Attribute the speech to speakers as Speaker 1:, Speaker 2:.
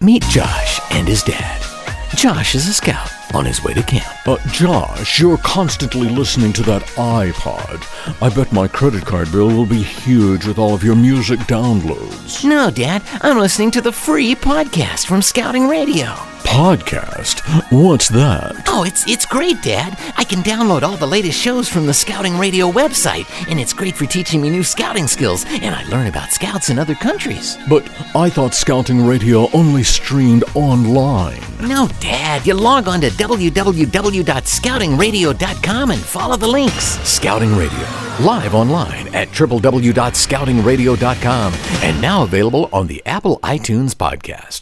Speaker 1: Meet Josh and his dad. Josh is a scout on his way to camp.
Speaker 2: Uh, Josh, you're constantly listening to that iPod. I bet my credit card bill will be huge with all of your music downloads.
Speaker 1: No, Dad, I'm listening to the free podcast from Scouting Radio.
Speaker 2: Podcast? What's that?
Speaker 1: Oh, it's it's great, Dad. I can download all the latest shows from the Scouting Radio website, and it's great for teaching me new scouting skills, and I learn about scouts in other countries.
Speaker 2: But I thought Scouting Radio only streamed online.
Speaker 1: No, Dad, you log on to www.scoutingradio.com and follow the links. Scouting Radio, live online at www.scoutingradio.com, and now available on the Apple iTunes podcast.